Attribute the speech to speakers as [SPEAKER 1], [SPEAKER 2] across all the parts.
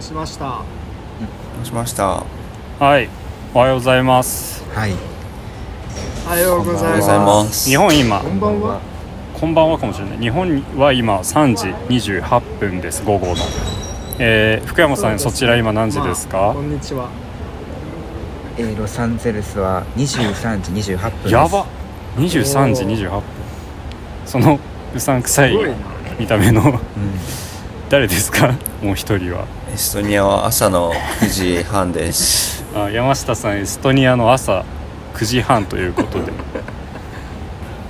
[SPEAKER 1] しました
[SPEAKER 2] どうしました。
[SPEAKER 3] はい、おはようございます。
[SPEAKER 4] はい。
[SPEAKER 1] おはようご
[SPEAKER 2] おは
[SPEAKER 1] ざ
[SPEAKER 2] よ
[SPEAKER 1] いう
[SPEAKER 2] ござい
[SPEAKER 1] ま
[SPEAKER 2] ますす。
[SPEAKER 3] 日本今
[SPEAKER 1] こ、んばんは
[SPEAKER 3] こんばんはかもしれない。日本は今3時28分です、午後の。えー、福山さん、そちら今何時です
[SPEAKER 1] まあ
[SPEAKER 3] か
[SPEAKER 1] こんにちは
[SPEAKER 4] えー、ロサンゼルスは23時28分です。
[SPEAKER 3] やば !23 時28分。そのうさんくさ
[SPEAKER 1] す
[SPEAKER 3] い
[SPEAKER 1] ごいな
[SPEAKER 3] 見た目の
[SPEAKER 4] うん。
[SPEAKER 3] 誰ですかもう一人は。
[SPEAKER 2] エストニアは朝の9時半 です。
[SPEAKER 3] あ山下さんエストニアの朝9時半というこ とで、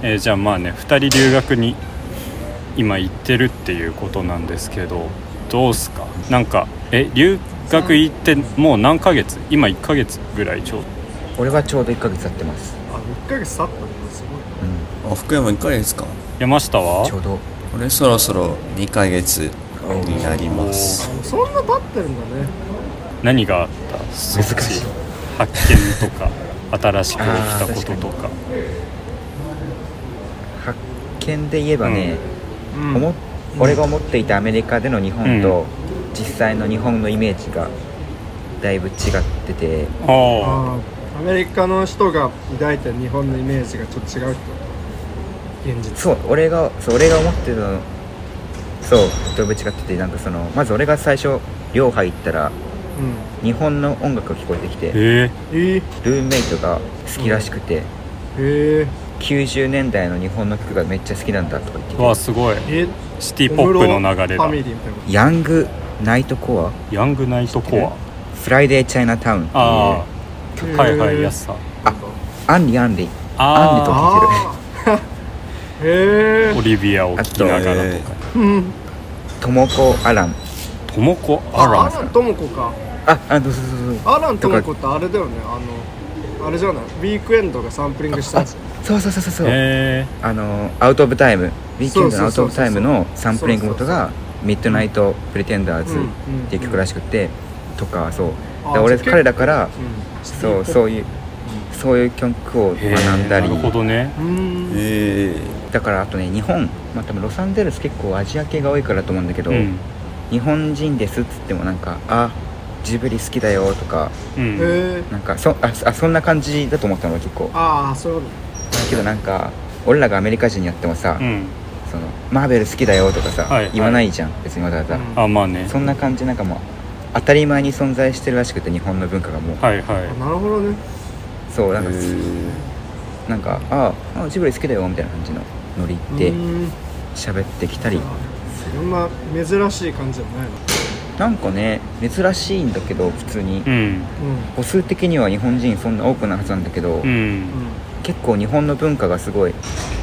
[SPEAKER 3] えーじゃあまあね2人留学に今行ってるっていうことなんですけどどうすかなんかえ留学行ってもう何ヶ月今1ヶ月ぐらいちょう
[SPEAKER 4] 俺はちょうど1ヶ月経ってます。
[SPEAKER 1] あ1ヶ月経ったのすご
[SPEAKER 4] う
[SPEAKER 2] あ、福山いかがですか。
[SPEAKER 3] 山下は
[SPEAKER 4] ん。ちょうど。
[SPEAKER 2] これそろそろ2ヶ月になります。
[SPEAKER 1] いそんな経ってるんだね
[SPEAKER 3] 何があったそっち
[SPEAKER 4] 難しい
[SPEAKER 3] 発見と か新しく起きたこととか
[SPEAKER 4] 発見で言えばね、
[SPEAKER 1] うん
[SPEAKER 4] 思っ俺が思っていたアメリカでの日本と実際の日本のイメージがだいぶ違ってて、
[SPEAKER 3] あー
[SPEAKER 1] あーアメリカの人が抱いてる日本のイメージがちょっと違うってこと現実
[SPEAKER 4] そう俺がそう俺が思ってたのそうだいぶ違っててなんかそのまず俺が最初寮入ったら
[SPEAKER 1] うん
[SPEAKER 4] 日本の音楽が聞こえてきて
[SPEAKER 3] え
[SPEAKER 1] えー、
[SPEAKER 4] ルームメイトが好きらしくて、
[SPEAKER 1] えー、
[SPEAKER 4] 90年代の日本の曲がめっちゃ好きなんだとか言って
[SPEAKER 3] ー、
[SPEAKER 4] て
[SPEAKER 3] わあすごい
[SPEAKER 1] え
[SPEAKER 3] シティポップの流れ
[SPEAKER 1] ファ
[SPEAKER 3] だ
[SPEAKER 1] ミリーみたいなこ
[SPEAKER 4] ヤングナイトコ
[SPEAKER 3] ヤングナイトコア
[SPEAKER 4] アフライデーチャイナタウンっていう
[SPEAKER 3] ああ、
[SPEAKER 1] へー
[SPEAKER 3] はいはいやすさ
[SPEAKER 4] アンリアンリ
[SPEAKER 3] あ
[SPEAKER 1] と
[SPEAKER 3] ー
[SPEAKER 1] ああへえ
[SPEAKER 3] オリビアを聞きながらとか
[SPEAKER 1] うん
[SPEAKER 4] トモコアラン
[SPEAKER 3] トモコアラ
[SPEAKER 1] ア
[SPEAKER 3] ン
[SPEAKER 1] ランともこか
[SPEAKER 4] ああそうそうそう
[SPEAKER 1] アランともこってあれだよねあのあれじゃないウィークエンドがサンプリングしたやつ
[SPEAKER 4] そうそうそうそうそう、
[SPEAKER 3] へ
[SPEAKER 4] あのアウト・オブ・タイムウィークエンドのア
[SPEAKER 1] そう
[SPEAKER 4] ウト・
[SPEAKER 1] そ
[SPEAKER 4] オブ・タイ
[SPEAKER 1] うそうそう
[SPEAKER 4] ムのサンプリング元がミッドナイト・プレテンダーズっていう曲ら
[SPEAKER 1] しい
[SPEAKER 4] しくてとかそうだから俺彼らからそうそういうそういう曲を
[SPEAKER 3] え
[SPEAKER 4] 学んだり
[SPEAKER 3] なるほどね
[SPEAKER 1] うん
[SPEAKER 2] え
[SPEAKER 4] だからあとね日本まあ多分ロサンゼルス結構アジア系が多いからと思うんだけど、
[SPEAKER 3] うん、
[SPEAKER 4] 日本人ですっつってもなんか「あジブリ好きだよ」とか
[SPEAKER 3] うん
[SPEAKER 1] へえ
[SPEAKER 4] なんかそああそんな感じだと思ったの結構
[SPEAKER 1] ああそういうこ
[SPEAKER 4] けどなんか俺らがアメリカ人やってもさ「
[SPEAKER 3] うん、
[SPEAKER 4] そのマーベル好きだよ」とかさ、
[SPEAKER 3] はい
[SPEAKER 4] 言わないじゃん別にわざわざ、
[SPEAKER 1] うん
[SPEAKER 3] あまあね
[SPEAKER 4] そんな感じなんかもう当たり前に存在してるらしくて日本の文化がもう
[SPEAKER 3] はい
[SPEAKER 1] と
[SPEAKER 3] は
[SPEAKER 1] なるほどね
[SPEAKER 4] そうなんか、
[SPEAKER 2] ー。
[SPEAKER 4] なんか「ああジブリ好きだよ」みたいな感じのノリで
[SPEAKER 1] うん
[SPEAKER 4] 喋ってきたり
[SPEAKER 1] そんな珍しい感じじゃないの
[SPEAKER 4] なんかね珍しいんだけど普通に
[SPEAKER 3] いうん
[SPEAKER 4] 母数的には日本人そんな多くないはずなんだけど、
[SPEAKER 3] うん
[SPEAKER 1] う
[SPEAKER 4] 結構日本の文化がすごい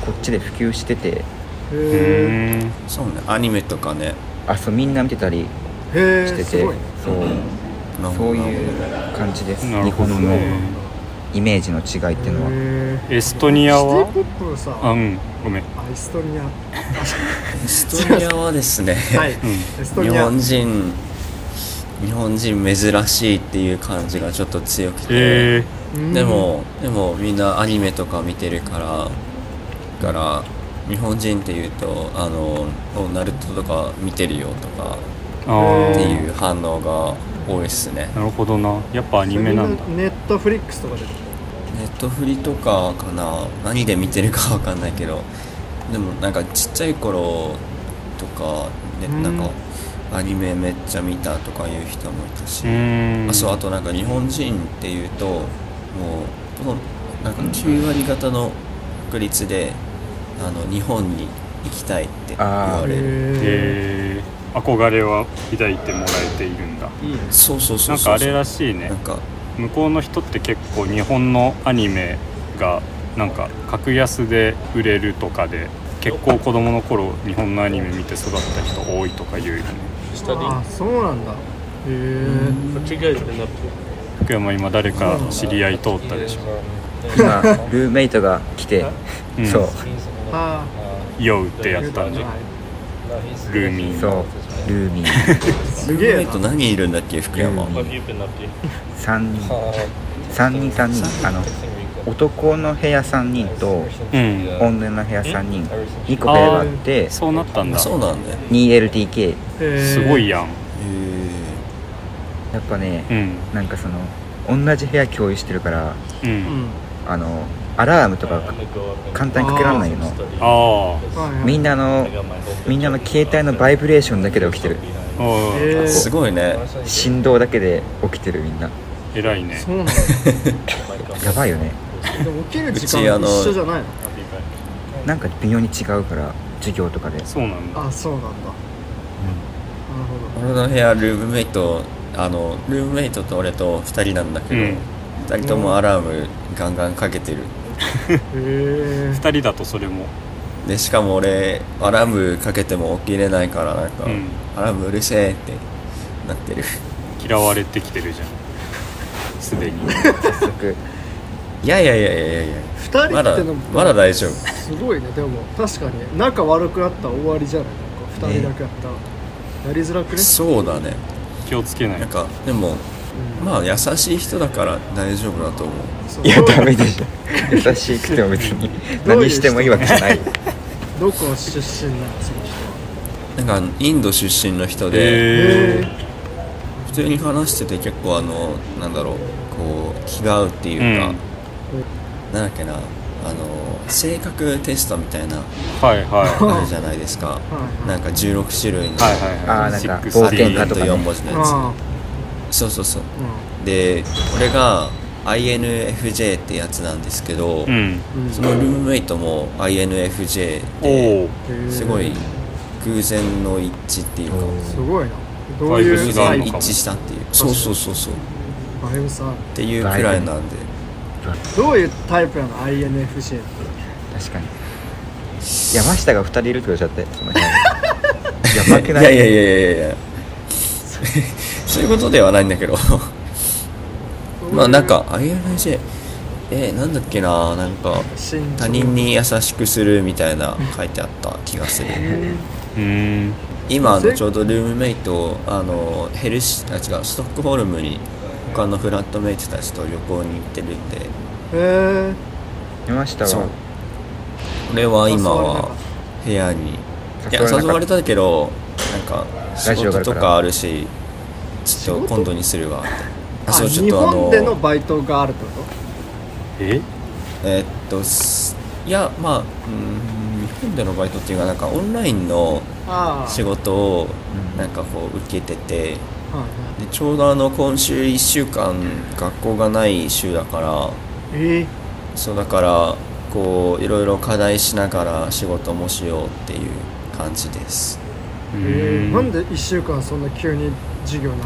[SPEAKER 4] こっちで普及してて
[SPEAKER 1] んうん
[SPEAKER 3] う
[SPEAKER 1] へえ
[SPEAKER 3] ん
[SPEAKER 2] そうね、アニメとかね。
[SPEAKER 4] あそうみんな見てたり
[SPEAKER 1] へ
[SPEAKER 4] してて
[SPEAKER 1] えす
[SPEAKER 4] そ
[SPEAKER 1] ご
[SPEAKER 4] う
[SPEAKER 1] いね
[SPEAKER 2] なんか
[SPEAKER 4] そういう感じです
[SPEAKER 3] な
[SPEAKER 4] 日
[SPEAKER 3] るほ
[SPEAKER 4] 本
[SPEAKER 3] ど
[SPEAKER 4] の
[SPEAKER 3] ね
[SPEAKER 4] イメージの違いっていうのは
[SPEAKER 1] へえ
[SPEAKER 3] エストニア
[SPEAKER 1] シ
[SPEAKER 3] は
[SPEAKER 1] ティポップさ
[SPEAKER 3] あうんごめん
[SPEAKER 1] あエス トニアは
[SPEAKER 2] エストニアはです
[SPEAKER 1] い
[SPEAKER 2] ね、
[SPEAKER 3] ん
[SPEAKER 1] エスト
[SPEAKER 2] 日
[SPEAKER 1] ニア
[SPEAKER 2] 本人、日本人珍しいっていう感じがちょっと強くて。
[SPEAKER 3] え
[SPEAKER 1] うん
[SPEAKER 2] でもでもみんなアニメとか見てるからから日本人っていうと「あのおナルトとか見てるよ」とか
[SPEAKER 3] ー、あ
[SPEAKER 2] って
[SPEAKER 3] ー
[SPEAKER 2] いう反応が多いっすね
[SPEAKER 3] なるほどなやっぱアニメなんだ
[SPEAKER 1] それみネットフリックスとかで
[SPEAKER 2] ネットフリとかかな何で見てるかわかんないけどでもなんかちっちゃい頃とか、ね
[SPEAKER 1] うん
[SPEAKER 2] なんかアニメめっちゃ見たとかいう人もいたし、
[SPEAKER 3] うん
[SPEAKER 2] あそうあとなんか日本人っていうともうほとんどなんか9割方の確率であの日本に行きたいって言われる
[SPEAKER 1] へ
[SPEAKER 3] えー、憧れは抱いてもらえているんだ
[SPEAKER 1] えいいね
[SPEAKER 2] そうそうそ
[SPEAKER 3] な
[SPEAKER 2] うんそう
[SPEAKER 3] かあれらしいね
[SPEAKER 2] なんか
[SPEAKER 3] 向こうの人って結構日本のアニメがなんか格安で売れるとかで結構子供の頃日本のアニメ見て育った人多いとか言うよね
[SPEAKER 5] studying.
[SPEAKER 1] あそうなんだへえ
[SPEAKER 5] What you guys been up to?
[SPEAKER 3] 福山今誰か知り合い通ったでしょ
[SPEAKER 4] 今ルーメイトが来て、
[SPEAKER 3] うん
[SPEAKER 4] そう
[SPEAKER 1] あ
[SPEAKER 3] 「酔う」ってやったんでルーミー
[SPEAKER 4] そうルーミー
[SPEAKER 1] すげえ
[SPEAKER 2] えっと何人いるんだっけ福山、
[SPEAKER 4] う
[SPEAKER 5] What have you been up to?
[SPEAKER 4] 3人3人3人あの男の部屋3人と
[SPEAKER 3] うん
[SPEAKER 4] 女の部屋3人2個部屋があって
[SPEAKER 3] そうなったんだ
[SPEAKER 2] そうなんだよ、
[SPEAKER 4] 2LDK
[SPEAKER 1] な
[SPEAKER 3] すごいやん
[SPEAKER 2] え
[SPEAKER 4] やっぱね、
[SPEAKER 3] うん
[SPEAKER 4] なんかその同じ部屋共有してるから
[SPEAKER 3] う
[SPEAKER 1] うんん
[SPEAKER 4] あのアラームとか簡単にかけられないの
[SPEAKER 3] あ
[SPEAKER 1] はい
[SPEAKER 4] みんなのみんなの携帯のバイブレーションだけで起きてる
[SPEAKER 3] あおー
[SPEAKER 1] えー
[SPEAKER 2] すごいね
[SPEAKER 4] 振動だけで起きてるみんな
[SPEAKER 3] 偉いね
[SPEAKER 1] そうなんだ
[SPEAKER 4] やばいよね
[SPEAKER 1] でも起きる時
[SPEAKER 2] うちあ
[SPEAKER 1] 間
[SPEAKER 2] の
[SPEAKER 1] 一緒じゃないの
[SPEAKER 4] なんか微妙に違うから授業とかで
[SPEAKER 3] そうなんだ
[SPEAKER 1] あそうなんだ、なるほど
[SPEAKER 2] 俺の部屋ルームメイトあのルームメイトと俺と2人なんだけど、
[SPEAKER 3] うん
[SPEAKER 2] 2人ともアラームガンガンかけてる
[SPEAKER 1] へ
[SPEAKER 3] 2人だとそれも
[SPEAKER 2] でしかも俺アラームかけても起きれないからなんか、
[SPEAKER 3] うん
[SPEAKER 2] アラームうるせえってなってる
[SPEAKER 3] 嫌われてきてるじゃんす でに
[SPEAKER 4] 早速
[SPEAKER 2] いやいやいやいやいやいや
[SPEAKER 1] え2人
[SPEAKER 2] まだ
[SPEAKER 1] ってのも
[SPEAKER 2] まだ大丈夫
[SPEAKER 1] すごいねでも確かに仲悪くなったら終わりじゃないなんか2人だけだったら、やりづらくね
[SPEAKER 2] そうだね
[SPEAKER 3] 気をつけない
[SPEAKER 2] なんかでもまあ優しい人だから大丈夫だと思う
[SPEAKER 1] そう
[SPEAKER 4] い やダメでしょ優しくても別に 何してもいいわけじゃない
[SPEAKER 1] どこ出身なのその人は
[SPEAKER 2] なんかインド出身の人で、
[SPEAKER 3] へえ
[SPEAKER 2] 普通に話してて結構あのなんだろうこう気が合うっていうか、
[SPEAKER 3] うん
[SPEAKER 2] なんだっけなあの性格テストみたいな
[SPEAKER 3] はいは
[SPEAKER 2] あるじゃないですか
[SPEAKER 1] はい
[SPEAKER 2] なんか16種類の
[SPEAKER 3] いはいはい
[SPEAKER 4] あ
[SPEAKER 3] は
[SPEAKER 4] ー
[SPEAKER 3] い
[SPEAKER 4] なんか
[SPEAKER 3] 60
[SPEAKER 4] 冒険
[SPEAKER 2] ア
[SPEAKER 4] 家と
[SPEAKER 2] と
[SPEAKER 4] かね
[SPEAKER 2] 4文字のや
[SPEAKER 1] あ
[SPEAKER 2] つそうそうそう
[SPEAKER 1] あう
[SPEAKER 2] で俺が INFJ ってやつなんですけど、
[SPEAKER 3] うん
[SPEAKER 1] んうん
[SPEAKER 2] そのルームメイトも INFJ
[SPEAKER 3] お
[SPEAKER 2] で
[SPEAKER 3] お
[SPEAKER 1] へえ
[SPEAKER 2] すごい偶然の一致っていうか
[SPEAKER 1] すごいなどうい
[SPEAKER 3] バイブ
[SPEAKER 1] う
[SPEAKER 2] 偶
[SPEAKER 3] スがある
[SPEAKER 2] 然
[SPEAKER 3] の
[SPEAKER 2] 一
[SPEAKER 3] か
[SPEAKER 2] 致したっていうそうそうそうそうっ
[SPEAKER 1] バイブさ
[SPEAKER 2] ていうくらいなんで
[SPEAKER 1] どういうタイプなの INFJ って
[SPEAKER 4] 確かに山下が2人いる ってことじゃってその部屋にやば
[SPEAKER 2] い
[SPEAKER 4] くな
[SPEAKER 2] や
[SPEAKER 4] い
[SPEAKER 2] いやいやいやいやそういうことではないんだけ どまあなんか INFJ えー、なんだっけななんか
[SPEAKER 1] 身長
[SPEAKER 2] 他人に優しくするみたいな書いてあった気がする
[SPEAKER 3] うーん
[SPEAKER 2] 今あの
[SPEAKER 1] ぜ
[SPEAKER 2] ちょうどルームメイトあのヘルシあ違うストックホルムに他のフラットメイトたちと旅行に行ってるんで
[SPEAKER 1] へえ
[SPEAKER 4] 山下
[SPEAKER 2] そう
[SPEAKER 4] は
[SPEAKER 2] 俺は今
[SPEAKER 1] 誘われなか
[SPEAKER 2] は
[SPEAKER 1] っ
[SPEAKER 2] 部屋にい
[SPEAKER 4] 誘わ
[SPEAKER 2] や
[SPEAKER 4] れなかった
[SPEAKER 2] 誘われたけどなんか仕
[SPEAKER 4] ラジオがあ
[SPEAKER 2] 事
[SPEAKER 4] るか
[SPEAKER 2] と
[SPEAKER 4] ら
[SPEAKER 2] かあるしちょっ
[SPEAKER 1] 仕
[SPEAKER 2] と
[SPEAKER 1] 事
[SPEAKER 2] 今度にするわって
[SPEAKER 1] あ
[SPEAKER 2] そうちょっ
[SPEAKER 1] 日
[SPEAKER 2] とあ
[SPEAKER 1] 本での
[SPEAKER 2] の
[SPEAKER 1] バイトがあるってこ
[SPEAKER 3] え
[SPEAKER 2] えーっとすいやまあうーん日本でのバイトっていうかなんかオンラインの
[SPEAKER 1] とああ
[SPEAKER 2] 仕事を
[SPEAKER 4] うん
[SPEAKER 2] なんかこう受けてて
[SPEAKER 1] はいはい
[SPEAKER 2] でちょうどあの今週1週間学校がない週だから
[SPEAKER 1] え
[SPEAKER 2] そうだからこういろいろ課題しながら仕事もしようっていう感じです
[SPEAKER 3] う
[SPEAKER 1] え
[SPEAKER 3] ー
[SPEAKER 1] なんで1週間そんな急に授業なくな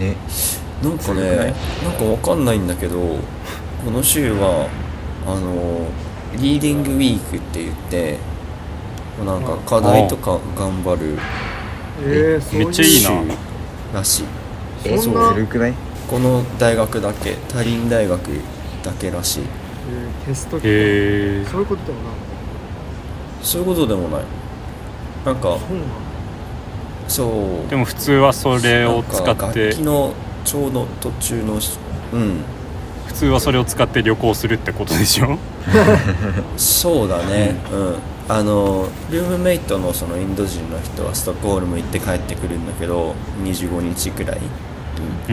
[SPEAKER 1] るの
[SPEAKER 4] ね
[SPEAKER 2] なんかねなんかわかんないんだけどこの週はあのリーディングウィークって言ってなんか課題とか頑張る
[SPEAKER 1] えー、そういう
[SPEAKER 3] めっちゃいい
[SPEAKER 2] 週
[SPEAKER 3] な
[SPEAKER 2] らしい
[SPEAKER 4] え
[SPEAKER 1] そ
[SPEAKER 4] ず
[SPEAKER 1] んな、え
[SPEAKER 4] るくない
[SPEAKER 2] この大学だけ他林大学だけらしい
[SPEAKER 1] ーテスト期間
[SPEAKER 3] へえ
[SPEAKER 1] そういうことでもない
[SPEAKER 2] そういうことでもないなんか
[SPEAKER 1] そうなんだ
[SPEAKER 2] そう
[SPEAKER 3] でも普通はそれを使
[SPEAKER 2] なん
[SPEAKER 3] っ
[SPEAKER 2] か
[SPEAKER 3] て
[SPEAKER 2] 楽器のちょうど途中のしうん
[SPEAKER 3] 普通はそれを使って旅行するってことでしょ
[SPEAKER 2] そうだねうん、あのルームメイトのそのインド人の人はストックホルム行って帰ってくるんだけど25日くらい、
[SPEAKER 3] う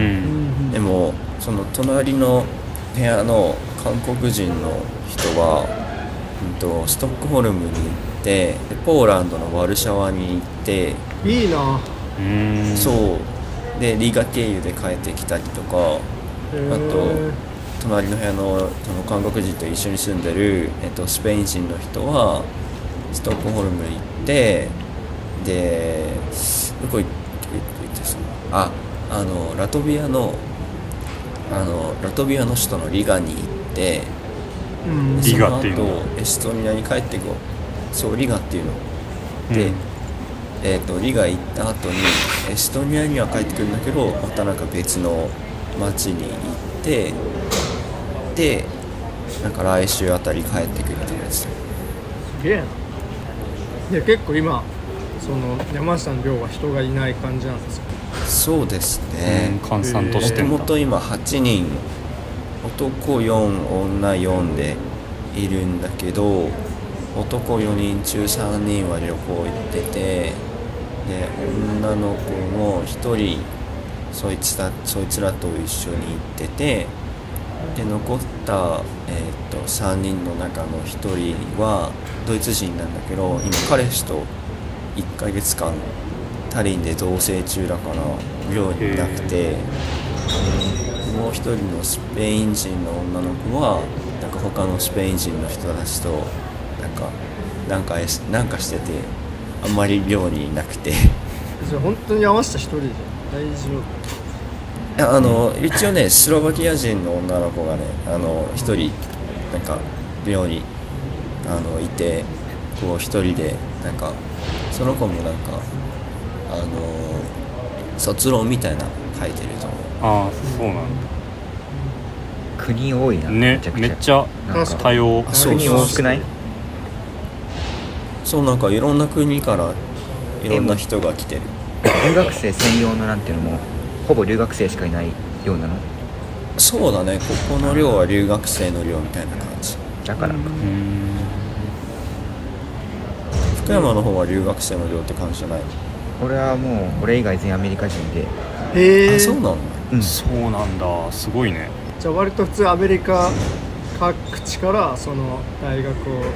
[SPEAKER 1] うんん
[SPEAKER 2] でもその隣の部屋の韓国人の人は、うん、とストックホルムに行ってでポーランドのワルシャワに行って
[SPEAKER 1] うんいいな
[SPEAKER 3] うーん
[SPEAKER 2] そうでリガ経由で帰ってきたりとか
[SPEAKER 1] え
[SPEAKER 2] あ
[SPEAKER 1] ー
[SPEAKER 2] と、隣の部屋のその韓国人と一緒に住んでる、えっと、スペイン人の人はストックホルム行ってでどこ行って行ってそのああのラトビアのあのラトビアの首都のリガに行って
[SPEAKER 1] うん
[SPEAKER 2] で
[SPEAKER 3] リガっていうの
[SPEAKER 2] その後エストニアに帰ってこうそうリガっていうので、
[SPEAKER 3] うん
[SPEAKER 2] えっとリガ行った後にエストニアには帰ってくるんだけどまたなんか別の町に行ってでなんか来週あたり帰ってくるってやつ
[SPEAKER 1] すげえないや結構今その山下の寮は人がいない感じなんですよ
[SPEAKER 2] そうです
[SPEAKER 3] うん
[SPEAKER 2] ね
[SPEAKER 3] 閑散と
[SPEAKER 2] も
[SPEAKER 3] して
[SPEAKER 2] と
[SPEAKER 3] んだ
[SPEAKER 2] もと今8人男4女4でいるんだけど男4人中3人は旅行行っててで女の子も1人そいつらそいつらと一緒に行っててで残った、えー、と3人の中の1人はドイツ人なんだけど今彼氏と1ヶ月間タリンで同棲中だから寮にいなくてもう1人のスペイン人の女の子はなんか他のスペイン人の人たちとなんかなんかえなんかしててあんまり寮にいなくて。
[SPEAKER 1] それ本当に合わせた一人じゃん大丈夫
[SPEAKER 2] いやあの一応ねスロバキア人の女の子がねあの一人なんか寮にあのいてこう一人でなんかその子もなんかあの卒論みたいなの書いてると思
[SPEAKER 3] ああそうなんだ
[SPEAKER 4] 国多いな
[SPEAKER 3] ねめっちゃ
[SPEAKER 4] なん
[SPEAKER 1] 確
[SPEAKER 4] か
[SPEAKER 1] か
[SPEAKER 3] 多様
[SPEAKER 2] あそう
[SPEAKER 4] 国
[SPEAKER 2] そう
[SPEAKER 4] 多くないう
[SPEAKER 2] そうなんかいろんな国からいろんな人が来てる
[SPEAKER 4] 留学生専用のなんていうのもほぼ留学生しかいないようなの
[SPEAKER 2] そうだねここの寮は留学生の寮みたいな感じ
[SPEAKER 4] だからか
[SPEAKER 3] うん
[SPEAKER 2] 福山の方は留学生の寮って感じじゃない、
[SPEAKER 4] 俺はもう俺以外全員アメリカ人で
[SPEAKER 1] へえ
[SPEAKER 2] あそうなん
[SPEAKER 1] じ
[SPEAKER 2] だ
[SPEAKER 4] うん
[SPEAKER 3] そうなんだすごいね
[SPEAKER 1] ゃあ割と普通アメリカ各地からその大学をなんか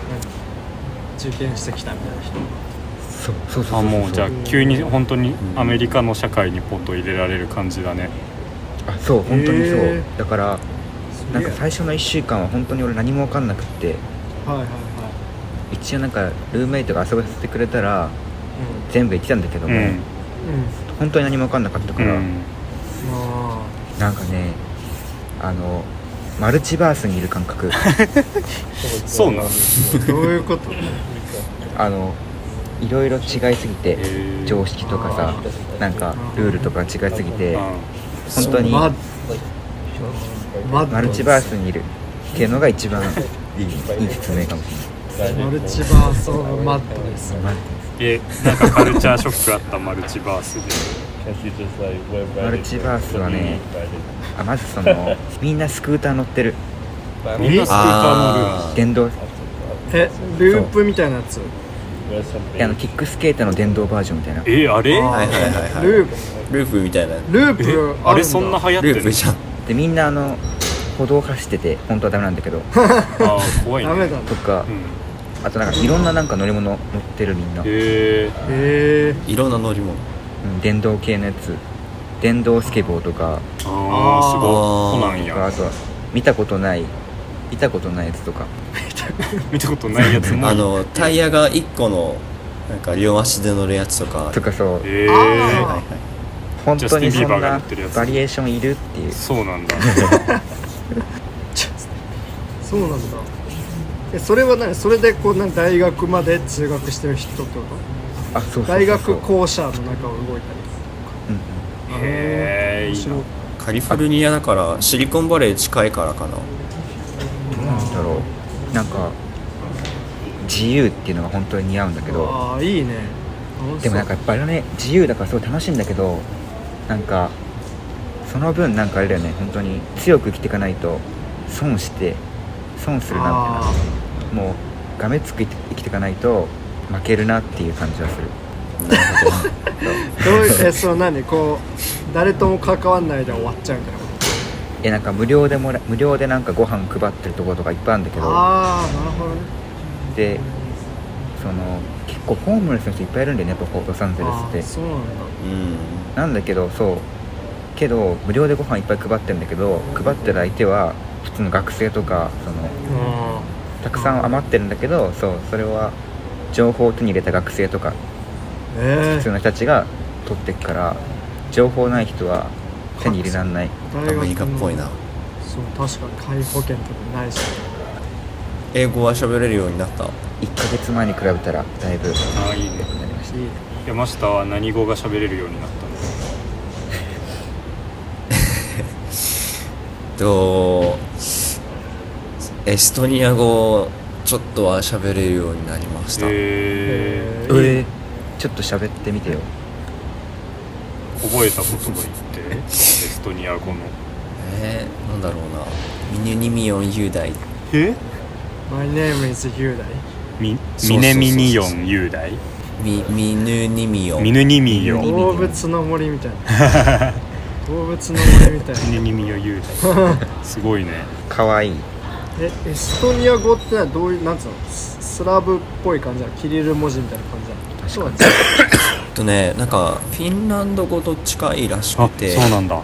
[SPEAKER 1] 受験してきたみたいな人
[SPEAKER 4] そうそうそうそう
[SPEAKER 3] あもうじゃあ急に本当に
[SPEAKER 2] ん
[SPEAKER 3] アメリカの社会にポッと入れられる感じだね
[SPEAKER 4] あそう本当にそう、
[SPEAKER 1] へ
[SPEAKER 4] だからなんか
[SPEAKER 1] す
[SPEAKER 4] 最
[SPEAKER 1] げ
[SPEAKER 4] 初の1週間は本当に俺何も分かんなくって
[SPEAKER 1] えはいはいは
[SPEAKER 4] 一応なんかルームメイトが遊ばせてくれたら
[SPEAKER 1] い
[SPEAKER 4] 全部行ってたんだけど
[SPEAKER 3] う
[SPEAKER 4] も、
[SPEAKER 3] ん
[SPEAKER 1] うんうん
[SPEAKER 4] 本当に何も分かんなかった
[SPEAKER 3] う
[SPEAKER 4] から、
[SPEAKER 3] ん
[SPEAKER 1] ま
[SPEAKER 4] なんかねあのマルチバースにいる感 覚
[SPEAKER 3] そうなんだ
[SPEAKER 1] あどういうこと
[SPEAKER 4] あのいろいろ違いすぎて
[SPEAKER 3] ー
[SPEAKER 4] 常識とかさなんかルールとか違いすぎて本当に
[SPEAKER 1] マッマ
[SPEAKER 4] マ
[SPEAKER 1] ッ
[SPEAKER 4] ルチバースにいるっていうのが一番いいいい説明かもし
[SPEAKER 1] マルチバースオブマットです
[SPEAKER 4] れない
[SPEAKER 3] えなんかカルチャーショックあったマルチバースで
[SPEAKER 4] マルチバースはねまあまずそのみんなスクーター乗ってる
[SPEAKER 3] みんなスクーター乗る
[SPEAKER 4] 電動
[SPEAKER 1] えループみたいなやつ
[SPEAKER 4] あのキックスケーターの電動バージョンみたいな
[SPEAKER 3] えあれ
[SPEAKER 1] あ
[SPEAKER 2] はいはいはいはい
[SPEAKER 1] ルー
[SPEAKER 2] ループみたいな
[SPEAKER 1] プループ
[SPEAKER 3] え
[SPEAKER 1] るだ
[SPEAKER 3] あれそんな流行って
[SPEAKER 2] ル
[SPEAKER 3] る
[SPEAKER 2] ープじゃん
[SPEAKER 4] でみんなあの歩道走ってて本当はダメなんだけど
[SPEAKER 3] あー怖いね
[SPEAKER 1] ダメだね
[SPEAKER 4] とか
[SPEAKER 3] うん
[SPEAKER 4] あとなんかいろんななんか乗り物乗ってるみんな、
[SPEAKER 3] え
[SPEAKER 1] へえ
[SPEAKER 2] いろんな乗り物
[SPEAKER 4] うん電動系のやつ電動スケボーとか
[SPEAKER 3] ー、あーすごい
[SPEAKER 2] あー
[SPEAKER 3] そうなん
[SPEAKER 4] とかあ
[SPEAKER 3] や
[SPEAKER 4] とは見たことない見たことないやつとか
[SPEAKER 3] 見たことないやつも
[SPEAKER 2] あのタイヤが1個のなんか両足で乗るやつとか
[SPEAKER 4] とかそう
[SPEAKER 3] えー、
[SPEAKER 1] あ
[SPEAKER 4] 本当に
[SPEAKER 3] ジャスティンビ
[SPEAKER 4] そ
[SPEAKER 3] ーバ
[SPEAKER 4] ん
[SPEAKER 3] ーが
[SPEAKER 4] な
[SPEAKER 3] 乗ってるやつ
[SPEAKER 4] バリエーションいるっていう
[SPEAKER 3] そうなんだ
[SPEAKER 1] そうなんだえそれは何それでこうなんか大学まで通学してる人ってこ
[SPEAKER 4] あそうそうそうそう
[SPEAKER 1] と大学校舎の中を動いたり
[SPEAKER 4] うんうん
[SPEAKER 3] へえいいな
[SPEAKER 1] 面
[SPEAKER 2] カリフォルニアだからシリコンバレー近いからかな
[SPEAKER 4] どうなんだろうなんか自由っていうのが本当に似合うんだけ
[SPEAKER 1] 白い
[SPEAKER 4] ど
[SPEAKER 1] ああいいね楽しそう
[SPEAKER 4] でもなんかやっぱりね自由だからすごい楽しいんだけどなんかその分なんかあれだよね本当に強く生きていかないと損して損するな
[SPEAKER 1] あ
[SPEAKER 4] みたいなもうがめつく生きていかないと負けるなっていう感じはする
[SPEAKER 2] なるほど
[SPEAKER 1] ーどういうえその何こう誰とも関わんないで終わっちゃうみたいなこと
[SPEAKER 4] えなんか無料でもら無料でなんかご飯配ってるところとかいっぱいあるんだけど
[SPEAKER 1] ああなるほどね
[SPEAKER 4] でその結構ホームレスの人いっぱいいるんだよねやっぱロサンゼル
[SPEAKER 1] あ
[SPEAKER 4] ス
[SPEAKER 1] ー
[SPEAKER 4] って
[SPEAKER 1] そうなんだ
[SPEAKER 2] うん
[SPEAKER 4] なんだけどそうけど無料でご飯いっぱい配ってるんだけど配ってる相手は普通の学生とかその
[SPEAKER 1] あ
[SPEAKER 4] たくさん余ってるんだけどそうそれは情報を手に入れた学生とか
[SPEAKER 1] ーえ
[SPEAKER 4] 普通の人たちが取ってくから情報ない人は手に入れらんない
[SPEAKER 1] え
[SPEAKER 2] アメリカっぽいな
[SPEAKER 1] そう確かに介護保険とかないし
[SPEAKER 2] 英語は喋れるようになった
[SPEAKER 4] 1ヶ月前に比べたらだいぶ良く
[SPEAKER 3] あーいいね
[SPEAKER 4] なりまし
[SPEAKER 1] いい
[SPEAKER 3] 山下は何語が喋れるようになったの
[SPEAKER 2] えっとエストニア語ちょっとは喋れるようになりました、
[SPEAKER 3] え
[SPEAKER 4] たえちょっと喋ってみてよ
[SPEAKER 3] ー、覚えたことが言ってエストニア語の
[SPEAKER 2] えーなんだろうなミニニミヨン雄大
[SPEAKER 3] え
[SPEAKER 1] My name is 雄大
[SPEAKER 3] ミ
[SPEAKER 2] そうそうそうそう
[SPEAKER 3] ミネミニヨン雄大
[SPEAKER 2] ミミヌニミヨン
[SPEAKER 3] ミヌニミヨン
[SPEAKER 4] ミ
[SPEAKER 1] 動物の森みたいな動物の森みたいな
[SPEAKER 3] 犬耳を言う すごいね
[SPEAKER 4] かわいい
[SPEAKER 1] えエストニア語ってのはどういうなんつうのススラブっぽい感じなのキリル文字みたいな感じなのそうなんですか
[SPEAKER 2] えっとねなんかフィンランド語と近いらしく
[SPEAKER 3] あ
[SPEAKER 2] て
[SPEAKER 3] そうなんだ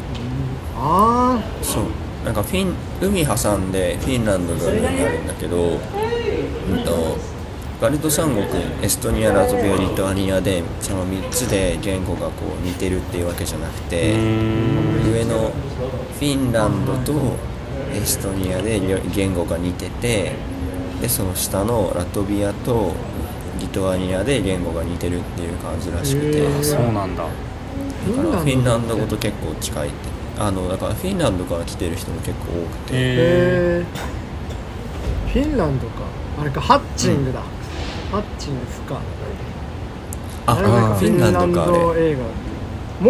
[SPEAKER 1] あー
[SPEAKER 2] そうなんかフィン海挟んでフィンランドがあるんだけど、うん、とバルト三国エストニアラトビアリトアニアでその3つで言語がこう似てるっていうわけじゃなく
[SPEAKER 3] う
[SPEAKER 2] て、
[SPEAKER 3] ーん
[SPEAKER 2] 上のフィンランドとエストニアでりょ言語が似ててでその下のラトビアとリトアニアで言語が似てるっていう感じらしくて
[SPEAKER 1] へ
[SPEAKER 2] だ
[SPEAKER 1] ー
[SPEAKER 3] そうなんだ
[SPEAKER 1] フィ
[SPEAKER 2] からフ
[SPEAKER 1] ン
[SPEAKER 2] ィン
[SPEAKER 1] ラ
[SPEAKER 2] ラ
[SPEAKER 1] ンド
[SPEAKER 2] ンド
[SPEAKER 1] 語
[SPEAKER 2] 語
[SPEAKER 1] って
[SPEAKER 2] と結構近いってあのだからフィンランドから来てる人も結構多くて
[SPEAKER 3] え
[SPEAKER 1] へえフィンランドかあれかハッチングだ、ハッチングか
[SPEAKER 2] あ
[SPEAKER 1] あれなんか
[SPEAKER 2] あ
[SPEAKER 1] フ
[SPEAKER 2] フィ
[SPEAKER 1] ィ
[SPEAKER 2] ン
[SPEAKER 1] ン
[SPEAKER 2] ラ
[SPEAKER 1] ラ
[SPEAKER 2] ン
[SPEAKER 1] ン
[SPEAKER 2] ドかあれ
[SPEAKER 1] ド映画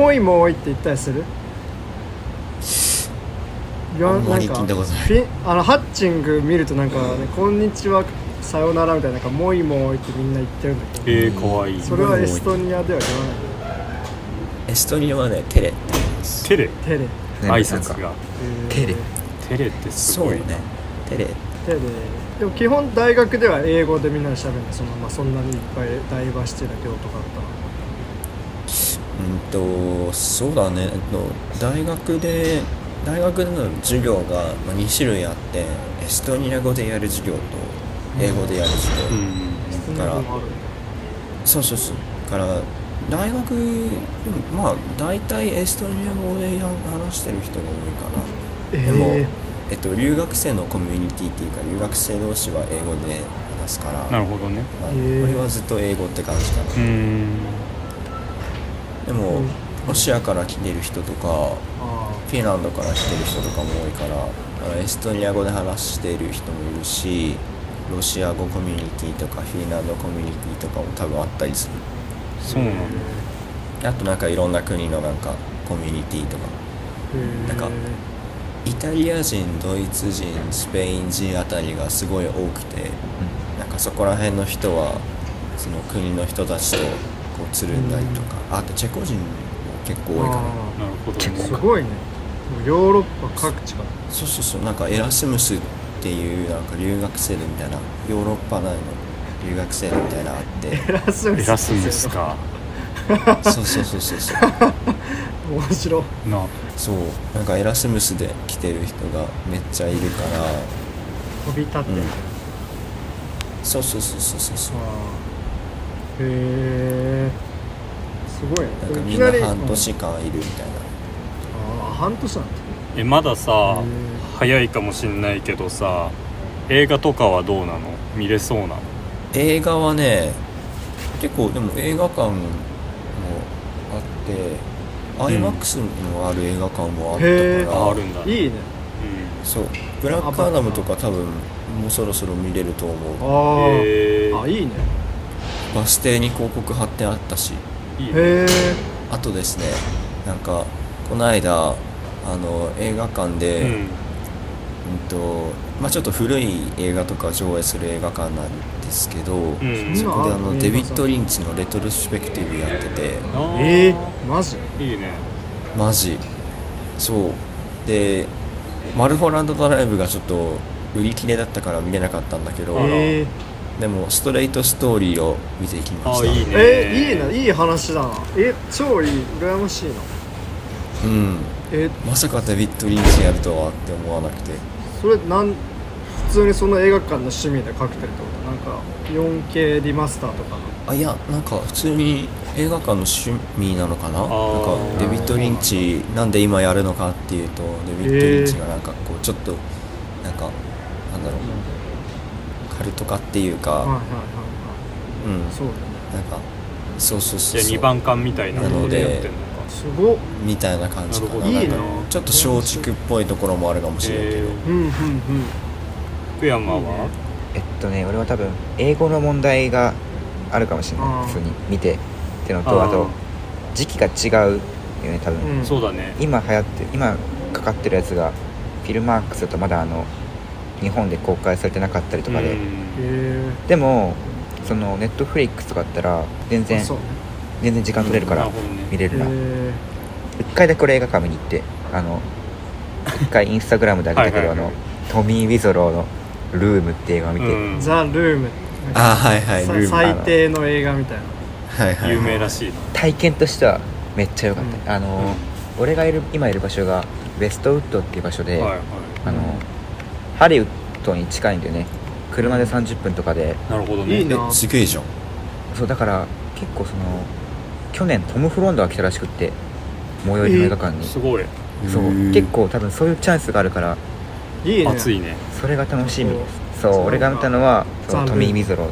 [SPEAKER 1] モイモイって言ったりするいや
[SPEAKER 2] あんまり
[SPEAKER 1] なんか
[SPEAKER 2] 聞いたことない
[SPEAKER 1] フィンあのハッチング見るとなんか、ね「こんにちはさようなら」みたいななんか「モイモイ」ってみんな言ってるんだけど
[SPEAKER 3] えー、かわいい
[SPEAKER 1] それはエストニアでは言わない
[SPEAKER 2] エストニアはねテレって言います
[SPEAKER 3] テレ
[SPEAKER 1] 手で
[SPEAKER 3] 挨拶が
[SPEAKER 4] テレ
[SPEAKER 3] テレってす
[SPEAKER 2] そう
[SPEAKER 3] ごい
[SPEAKER 2] ね
[SPEAKER 3] な
[SPEAKER 2] テレ
[SPEAKER 1] 手ででも基本大学では英語でみんなで喋るんでその、まあ、そんなにいっぱいダイバーシティな量とかあったら
[SPEAKER 2] うんとそうだね、えっと、大学で大学での授業がまあ2種類あってエストニア語でやる授業と英語でやる授業、
[SPEAKER 3] うん
[SPEAKER 1] そんなのもあるんだ
[SPEAKER 2] そうそうそうだから大学でもまあ大体エストニア語でや話してる人が多いかな、でも、
[SPEAKER 1] え
[SPEAKER 2] えっと、留学生のコミュニティっていうか留学生同士は英語で話すから
[SPEAKER 3] なるほどね
[SPEAKER 2] まあ
[SPEAKER 1] へー
[SPEAKER 2] 俺はずっと英語って感じかな、
[SPEAKER 3] うーん
[SPEAKER 2] でも、
[SPEAKER 1] うん
[SPEAKER 2] ロシアから来てる人とか
[SPEAKER 1] ああ
[SPEAKER 2] フィンランドから来てる人とかも多いからあのエストニア語で話している人もいるしロシア語コミュニティとかフィンランドコミュニティとかも多分あったりする
[SPEAKER 3] そうなんだ
[SPEAKER 2] あとなんかいろんな国のなんかコミュニティとか
[SPEAKER 1] へえ
[SPEAKER 2] なんかイタリア人ドイツ人スペイン人あたりがすごい多くてなんかそこら辺の人はその国の人たちとこうつるんだりとかあとチェコ人も結構多いかな
[SPEAKER 1] あ
[SPEAKER 3] なるほど
[SPEAKER 1] あ
[SPEAKER 3] ね
[SPEAKER 1] すごいねもうヨーロッパ各地から
[SPEAKER 2] そうそうそうなんかエラスムスっていうなんか留学生でみたいなヨーロッパ内の留学生みたいなのあっ
[SPEAKER 1] エ
[SPEAKER 2] て
[SPEAKER 1] ラスムス
[SPEAKER 3] エラスムスか
[SPEAKER 2] そうそうそうそうそう
[SPEAKER 1] 面白い
[SPEAKER 3] な
[SPEAKER 2] そうなんかエラスムスで来てる人がめっちゃいるから
[SPEAKER 1] 飛び立って、
[SPEAKER 2] う
[SPEAKER 1] うんあ
[SPEAKER 2] そうそうそうそうそうそう
[SPEAKER 1] あへえすごいね
[SPEAKER 2] な
[SPEAKER 1] で
[SPEAKER 2] んか
[SPEAKER 1] も
[SPEAKER 2] みんな
[SPEAKER 1] り
[SPEAKER 2] 半年間いるみたいな
[SPEAKER 1] ああ半年なんだ
[SPEAKER 3] えまださ
[SPEAKER 1] へえ
[SPEAKER 3] 早いかもしんないけどさ映画とかはどうなの見れそうなの
[SPEAKER 2] 映画はね結構でも映画館もあって
[SPEAKER 3] ん
[SPEAKER 2] IMAX のある映画館もあった
[SPEAKER 1] へえ
[SPEAKER 2] から、
[SPEAKER 3] あるんだ
[SPEAKER 1] いいね
[SPEAKER 2] そうブラックアダムとか多分もうそろそろ見れると思う
[SPEAKER 1] ああ、
[SPEAKER 3] へえ
[SPEAKER 1] あいいね
[SPEAKER 2] バス停に広告貼ってあったし
[SPEAKER 3] いいね
[SPEAKER 1] へえ
[SPEAKER 2] あとですねなんかこの間あの映画館で、
[SPEAKER 3] う
[SPEAKER 2] うん
[SPEAKER 3] ん
[SPEAKER 2] とまあ、ちょっと古い映画とか上映する映画館なんですけど、
[SPEAKER 3] ん
[SPEAKER 2] そこであ
[SPEAKER 1] う
[SPEAKER 2] の
[SPEAKER 1] ん
[SPEAKER 2] デビッド・リンチの「レトロスペクティブ」やってて
[SPEAKER 3] あー
[SPEAKER 1] ええマジ
[SPEAKER 3] いいね
[SPEAKER 2] マジそうでマルホランドドライブがちょっと売り切れだったから見れなかったんだけど、
[SPEAKER 1] ええ
[SPEAKER 2] でもストレートストーリーを見ていきま
[SPEAKER 3] あ
[SPEAKER 2] した
[SPEAKER 3] ーいいね
[SPEAKER 1] えー、いいないい話だなえ超いい羨ましいな
[SPEAKER 2] うん
[SPEAKER 1] え
[SPEAKER 2] まさかデビッド・リンチやるとはって思わなくて
[SPEAKER 1] それなん普通にその映画館の趣味で書くってるってことなんか 4K リマスターとかの
[SPEAKER 2] あいやなんか普通に映画館の趣味なのかななんか
[SPEAKER 3] ー
[SPEAKER 2] デビッド・リンチなんで今やるのかっていうとデビッド・リンチがなんかこうちょっとなんかなんだろうカルト化っていう
[SPEAKER 1] はいはいは
[SPEAKER 2] か
[SPEAKER 1] いは
[SPEAKER 2] うん
[SPEAKER 1] いそうだね
[SPEAKER 2] なんかそうそうそうそ
[SPEAKER 3] じゃあ
[SPEAKER 2] う
[SPEAKER 3] 2番館みたいなとこでやってんのか
[SPEAKER 1] すごっ
[SPEAKER 2] みたいな感じかな
[SPEAKER 3] なるほど
[SPEAKER 2] んか
[SPEAKER 1] いいな
[SPEAKER 2] ちょっと松竹っぽいところもあるかもしれないけど
[SPEAKER 3] え
[SPEAKER 1] うんうんうん
[SPEAKER 3] ー福山は
[SPEAKER 4] えっとね俺は多分英語の問題があるかもしれ
[SPEAKER 1] あ
[SPEAKER 4] な
[SPEAKER 1] ー
[SPEAKER 4] い普通に見てっての
[SPEAKER 3] あ
[SPEAKER 4] と
[SPEAKER 3] ー
[SPEAKER 4] あと時期が違うよね多分、
[SPEAKER 1] うん
[SPEAKER 3] そうだね
[SPEAKER 4] 今流行って今かかってるやつがフィルマークスだとまだあの日本で公開されてなかったりとかで、
[SPEAKER 3] うん
[SPEAKER 1] え
[SPEAKER 4] でもそのネットフリックスとかだったら全
[SPEAKER 1] えー、あ
[SPEAKER 4] 然
[SPEAKER 1] そうね
[SPEAKER 4] 全然時間取れるか
[SPEAKER 3] な
[SPEAKER 4] ら
[SPEAKER 3] るほどね
[SPEAKER 4] 見れ
[SPEAKER 1] え
[SPEAKER 4] るな、
[SPEAKER 1] ー
[SPEAKER 4] 一回だけこれ映画館見に行ってあ の一回インスタグラムで上げたけど
[SPEAKER 3] はいはいはい
[SPEAKER 4] あのトミー・ウィゾローの「ルーム」って映画を見て、
[SPEAKER 3] うん
[SPEAKER 1] ザ・ルーム
[SPEAKER 2] ああはいはい
[SPEAKER 1] さ
[SPEAKER 2] ルーム
[SPEAKER 1] 最低の映画みたいな
[SPEAKER 2] はいはい
[SPEAKER 3] 有名らしいな
[SPEAKER 4] 体験としてはめっちゃ良かった、あの、俺がいる今いる場所がウェストウッドっていう場所で、
[SPEAKER 3] はいはい
[SPEAKER 4] あのハリウッドに近いんだよね車で30分とかで
[SPEAKER 3] なるほどね
[SPEAKER 1] いいな
[SPEAKER 2] えすげえじゃん
[SPEAKER 4] そうだから結構その去年トム・フロンドが来たらしくって最寄りの映画館に、
[SPEAKER 3] すごい
[SPEAKER 4] そう
[SPEAKER 2] へー
[SPEAKER 4] 結構多分そういうチャンスがあるから
[SPEAKER 1] いいね
[SPEAKER 3] 熱いね
[SPEAKER 4] それが楽しみですそう
[SPEAKER 1] そう
[SPEAKER 4] 俺が見たのは
[SPEAKER 1] ザ
[SPEAKER 4] そうトミー・ミゾロ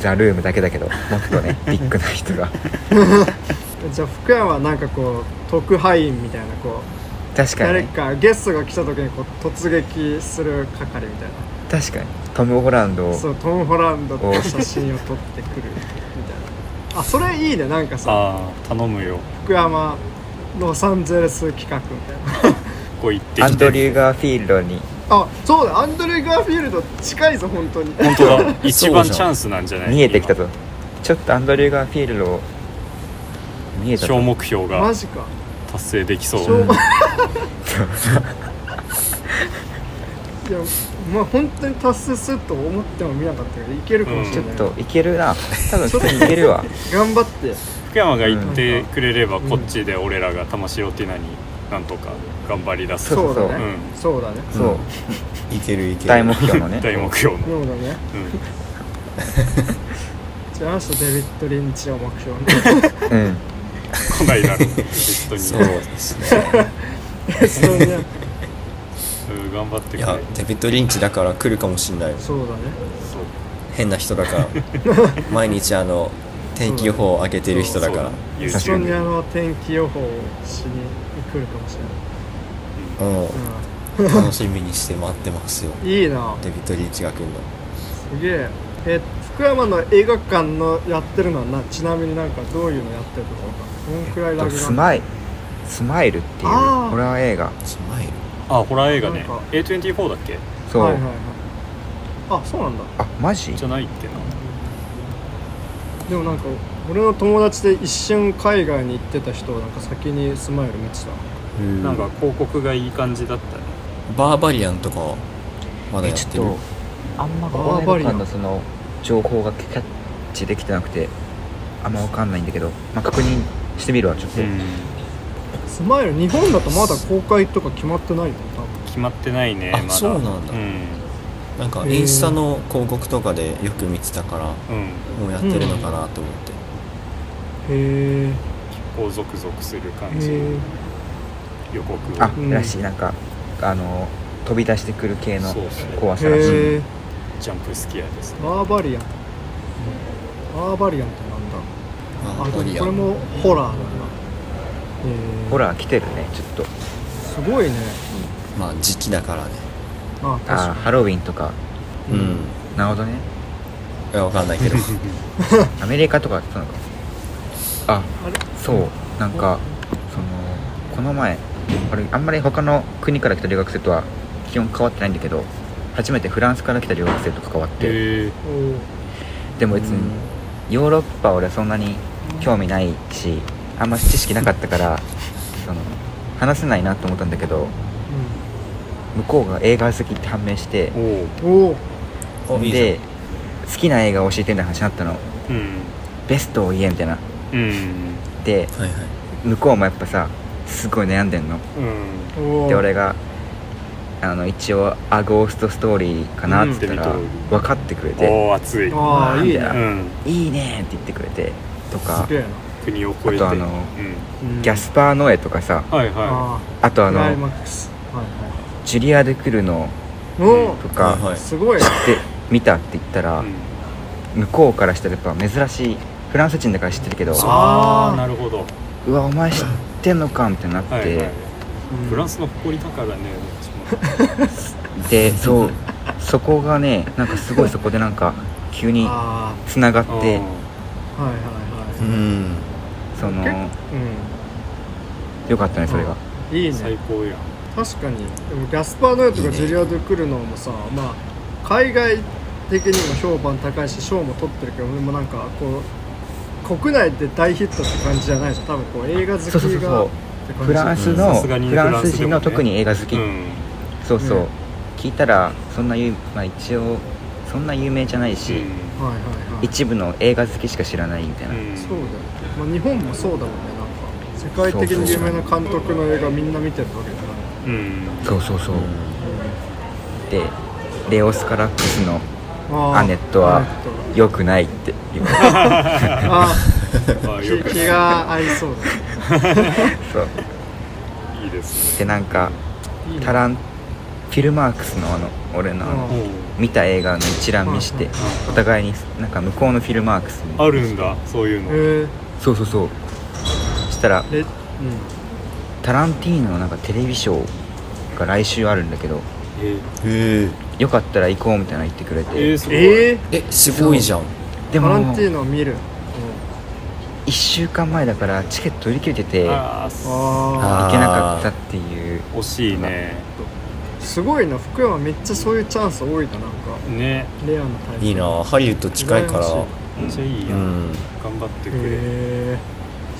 [SPEAKER 4] ザ・ルームだけだけどもっとね ビッグな人が
[SPEAKER 1] じゃあ福山はなんかこう特派員みたいなこう
[SPEAKER 4] 確か
[SPEAKER 1] 誰
[SPEAKER 4] にね
[SPEAKER 1] かゲストが来た時にこう突撃する係みたい
[SPEAKER 4] 確かにトム・ホランド
[SPEAKER 1] な
[SPEAKER 4] を
[SPEAKER 1] そうトム・ホランドと
[SPEAKER 4] お
[SPEAKER 1] 写真を撮ってくるみたいなあそれいいねなんかさ
[SPEAKER 3] ああ頼むよ
[SPEAKER 1] 福山ロサンゼルス企画みたいな
[SPEAKER 3] ここ行って
[SPEAKER 4] アン
[SPEAKER 3] き
[SPEAKER 4] ド
[SPEAKER 3] て
[SPEAKER 4] リュー・ガーフィールドに
[SPEAKER 1] あそうだアンドレ・ガーフィールド近いぞ本当に
[SPEAKER 3] 本当だ 一番
[SPEAKER 2] そうじゃん
[SPEAKER 3] チャンスなんじゃない
[SPEAKER 4] 見えてきたぞちょっとアンドリュー・ガーフィールド見え
[SPEAKER 3] 今
[SPEAKER 4] た
[SPEAKER 3] 小
[SPEAKER 4] ぞ
[SPEAKER 3] 目標が
[SPEAKER 1] マジか
[SPEAKER 3] 達成できそう
[SPEAKER 1] しょうが いやまあ本当に達成すると思っても見なかったけどいけるかもし
[SPEAKER 4] ちょ
[SPEAKER 1] れ
[SPEAKER 4] っ
[SPEAKER 1] ない、
[SPEAKER 4] といけるな多分普通にいけるわ
[SPEAKER 1] 頑張って
[SPEAKER 3] 福山が行ってくれればこっちで俺らが魂ロティナになんとか頑張り出す
[SPEAKER 4] そう
[SPEAKER 1] そ
[SPEAKER 4] そううそう
[SPEAKER 1] だね、そうだね
[SPEAKER 4] そう
[SPEAKER 2] いけるいける
[SPEAKER 4] 大目標のね
[SPEAKER 3] 大目標の、
[SPEAKER 1] そうだね
[SPEAKER 3] うん
[SPEAKER 1] じゃああの人デビッド・リンチを目 標に
[SPEAKER 4] うん
[SPEAKER 3] 来な いだろう人に
[SPEAKER 2] そうですね
[SPEAKER 1] そうだね
[SPEAKER 3] うん頑張って
[SPEAKER 2] い
[SPEAKER 3] くれ
[SPEAKER 2] やデビッド・リンチだから来るかもしんない
[SPEAKER 1] そうだね
[SPEAKER 3] そう
[SPEAKER 2] 変な人だ から毎日あの天気予報を上げてる人だから
[SPEAKER 3] そう
[SPEAKER 1] ソニ
[SPEAKER 3] YouTube
[SPEAKER 1] アの天気予報をしに来るかもしれな
[SPEAKER 2] うん楽しみにして待ってますよ
[SPEAKER 1] い、うん、いいな
[SPEAKER 2] デビッド・リンチが来るの
[SPEAKER 1] すげええ福山の映画館のやってるのはなちなみになんかどういうのやってるところかどのくらいラグ
[SPEAKER 4] ス
[SPEAKER 1] が
[SPEAKER 4] マイスマイルっていうホ
[SPEAKER 1] あー
[SPEAKER 4] ラー映画
[SPEAKER 2] スマイル
[SPEAKER 3] あホラー映画ね
[SPEAKER 1] なんか
[SPEAKER 3] A24 だっけ
[SPEAKER 4] そう、
[SPEAKER 1] はいはいはいあそうなんだ
[SPEAKER 4] あマジ
[SPEAKER 3] じゃないっけな
[SPEAKER 1] でもなんか俺の友達で一瞬海外に行ってた人をなんか先にスマイル見てた
[SPEAKER 3] なんか広告がいい感じだったね
[SPEAKER 2] バーバリアンとかまだ
[SPEAKER 4] え
[SPEAKER 2] やっ
[SPEAKER 4] ちょって
[SPEAKER 2] る
[SPEAKER 4] とあんま
[SPEAKER 1] バ
[SPEAKER 4] こ
[SPEAKER 1] ー
[SPEAKER 4] の
[SPEAKER 1] バ
[SPEAKER 4] 映
[SPEAKER 1] リ
[SPEAKER 4] 画
[SPEAKER 1] ア
[SPEAKER 4] 館
[SPEAKER 1] ン
[SPEAKER 4] のその情報がキャッチできてなくてあんまわかんないんだけど、まあ、確認してみるわちょっと、
[SPEAKER 1] スマイル日本だとまだ公開とか決まってないの多分
[SPEAKER 3] 決まってないね
[SPEAKER 2] あ
[SPEAKER 3] まだ
[SPEAKER 2] そうなんだ
[SPEAKER 3] うん、
[SPEAKER 2] なんかインスタの広告とかでよく見てたから
[SPEAKER 3] うん、
[SPEAKER 2] もうやってるのかなと思って、
[SPEAKER 1] へ
[SPEAKER 3] こうゾクゾクする
[SPEAKER 1] え
[SPEAKER 3] 感じ
[SPEAKER 1] へ
[SPEAKER 3] 予告を
[SPEAKER 4] あ、
[SPEAKER 1] うん
[SPEAKER 4] らしいなんかあの飛び出してくる系の
[SPEAKER 3] そうそう
[SPEAKER 4] 怖さらしい
[SPEAKER 1] え
[SPEAKER 3] ジャンプスキアですね
[SPEAKER 1] バーバリアンバーバリアンってなんだ
[SPEAKER 2] バ
[SPEAKER 1] あ
[SPEAKER 2] ーバ
[SPEAKER 1] でも
[SPEAKER 2] リア
[SPEAKER 1] これ
[SPEAKER 2] ン
[SPEAKER 1] もホラーだなへえ
[SPEAKER 4] ホラー来てるねちょっと
[SPEAKER 1] すごいね
[SPEAKER 2] まあ時期だからね
[SPEAKER 1] あ確
[SPEAKER 4] あー
[SPEAKER 1] か
[SPEAKER 4] ハロウィンとか
[SPEAKER 2] うん、
[SPEAKER 1] うん
[SPEAKER 4] なるほどね
[SPEAKER 2] いやわかんないけど
[SPEAKER 4] アメリカとか来たのかあ
[SPEAKER 1] あれ
[SPEAKER 4] そうなんかそのこの前あれあんまり他の国から来た留学生とは気温変わってないんだけど初めてフランスから来た留学生と関わって、
[SPEAKER 3] へえ
[SPEAKER 1] に
[SPEAKER 4] でも別にヨーロッパは俺そんなに興味ないしあんま知識なかったからその話せないなと思ったんだけど向こうが映画好きって判明して
[SPEAKER 3] おお
[SPEAKER 1] おおお
[SPEAKER 2] おいいじゃん
[SPEAKER 4] で好きな映画を教えてみたいな話になったの
[SPEAKER 3] うん
[SPEAKER 4] ベストを言えみたいな
[SPEAKER 3] うん
[SPEAKER 4] で
[SPEAKER 2] はいはい
[SPEAKER 4] 向こうもやっぱさすごい悩んでんの
[SPEAKER 3] うん
[SPEAKER 1] おお
[SPEAKER 4] で俺があの一応「アゴーストストーリーかな」っつったら
[SPEAKER 3] うん
[SPEAKER 4] 分かってくれて
[SPEAKER 3] おー熱いうん
[SPEAKER 1] ああいいね
[SPEAKER 4] なんだ「いいね」って言ってくれてとか
[SPEAKER 1] すげえな
[SPEAKER 3] 国を越えて
[SPEAKER 4] あとあの
[SPEAKER 3] う
[SPEAKER 1] うん
[SPEAKER 4] ギャスパー・ノエとかさ
[SPEAKER 3] ん、はいは
[SPEAKER 1] あ
[SPEAKER 4] あと
[SPEAKER 1] あ
[SPEAKER 4] あ
[SPEAKER 1] クライマ
[SPEAKER 4] の
[SPEAKER 1] ックスはいは
[SPEAKER 4] ジュリア・デ・クルノ
[SPEAKER 1] いお
[SPEAKER 4] とか、
[SPEAKER 2] はいはい
[SPEAKER 1] おすごい
[SPEAKER 4] で見たって言ったら、
[SPEAKER 3] い、うん
[SPEAKER 4] 向こうからしたらやっぱ珍しいフランス人だから知ってるけど
[SPEAKER 1] そう
[SPEAKER 3] あ
[SPEAKER 1] あ
[SPEAKER 3] あ
[SPEAKER 1] ー
[SPEAKER 3] なるほど
[SPEAKER 4] うわお前知ってんのかみたいになって、
[SPEAKER 3] はい、はい、フラン
[SPEAKER 1] ス
[SPEAKER 3] スの誇りだからねどっちも
[SPEAKER 4] でそうそこがねなんかすごいそこでなんか急に
[SPEAKER 1] あ
[SPEAKER 4] つながって
[SPEAKER 3] う
[SPEAKER 1] あはいはいは
[SPEAKER 2] う
[SPEAKER 1] い
[SPEAKER 2] ん
[SPEAKER 4] その
[SPEAKER 1] う
[SPEAKER 4] よかったねそれが、
[SPEAKER 1] んいい
[SPEAKER 3] ん最
[SPEAKER 1] ね
[SPEAKER 3] 高やん
[SPEAKER 1] 確かにでもギャスパー・ノエとかジュリア・ドゥ・クルノもさまあ海外的にも評判高いし賞も取ってるけどでもなんかこう国内で大ヒットって感じじゃないでしょ多分こう映画好き
[SPEAKER 4] そうそうそうそ
[SPEAKER 1] が
[SPEAKER 4] う
[SPEAKER 1] って感
[SPEAKER 4] フ
[SPEAKER 1] じ
[SPEAKER 4] ランス
[SPEAKER 2] うん
[SPEAKER 4] の
[SPEAKER 3] さすがに
[SPEAKER 4] フ
[SPEAKER 3] フランス
[SPEAKER 4] ランス人の
[SPEAKER 3] でもね
[SPEAKER 4] 特に映画好き、
[SPEAKER 3] うん
[SPEAKER 4] そうそう、
[SPEAKER 1] うん
[SPEAKER 4] 聞いたらそんな有まあ一応そんな有名じゃないし、
[SPEAKER 3] う
[SPEAKER 1] はいはいはい
[SPEAKER 4] 一部の映画好きしか知らないみたいな、
[SPEAKER 3] ん
[SPEAKER 1] そうだよ、まあ、日本もそうだもんねなんか世界的に有名な監督の映画みんな見てるわけだから
[SPEAKER 3] うん
[SPEAKER 4] そうそうそう、でレオスカラックスの
[SPEAKER 1] あー
[SPEAKER 4] アネットは
[SPEAKER 1] アネットが
[SPEAKER 4] 良くないって言われ
[SPEAKER 1] あ
[SPEAKER 3] あよ
[SPEAKER 1] ー
[SPEAKER 3] く
[SPEAKER 1] 気気が合いそうだね
[SPEAKER 4] てそう
[SPEAKER 3] いいです
[SPEAKER 4] で
[SPEAKER 3] ね
[SPEAKER 4] なんか
[SPEAKER 1] いいね
[SPEAKER 4] タランフィルマークスのあの俺のあの
[SPEAKER 1] う
[SPEAKER 4] 見た映画の一覧見して
[SPEAKER 1] うん
[SPEAKER 4] お互いになんか向こうのフィルマークスに
[SPEAKER 3] あるんだそういう
[SPEAKER 1] へ
[SPEAKER 3] の
[SPEAKER 1] え
[SPEAKER 4] そうそうそうしたら
[SPEAKER 1] えうん
[SPEAKER 4] タランティーノのなんかテレビショーが来週あるんだけど
[SPEAKER 3] えー
[SPEAKER 2] へえ
[SPEAKER 4] よかったら行こうみたいなの言ってくれ
[SPEAKER 3] え
[SPEAKER 4] て、
[SPEAKER 3] ーすごい
[SPEAKER 1] えー、
[SPEAKER 2] えすごいじゃん
[SPEAKER 4] で
[SPEAKER 1] タ
[SPEAKER 4] も
[SPEAKER 1] ランティーノ見る
[SPEAKER 4] 1週間前だからチケット売り切れてて行
[SPEAKER 3] あーす
[SPEAKER 1] あ
[SPEAKER 2] あー
[SPEAKER 4] けなかったっていう
[SPEAKER 3] 惜しいね
[SPEAKER 1] あすごいな福山めっちゃそういうチャンス多いななんか
[SPEAKER 3] ね
[SPEAKER 1] レアなタイプ
[SPEAKER 2] いいなハリウッド近いから
[SPEAKER 1] 羨ま
[SPEAKER 3] めっちゃいいうやん、
[SPEAKER 2] ん
[SPEAKER 3] 頑張ってくれ、
[SPEAKER 1] へえ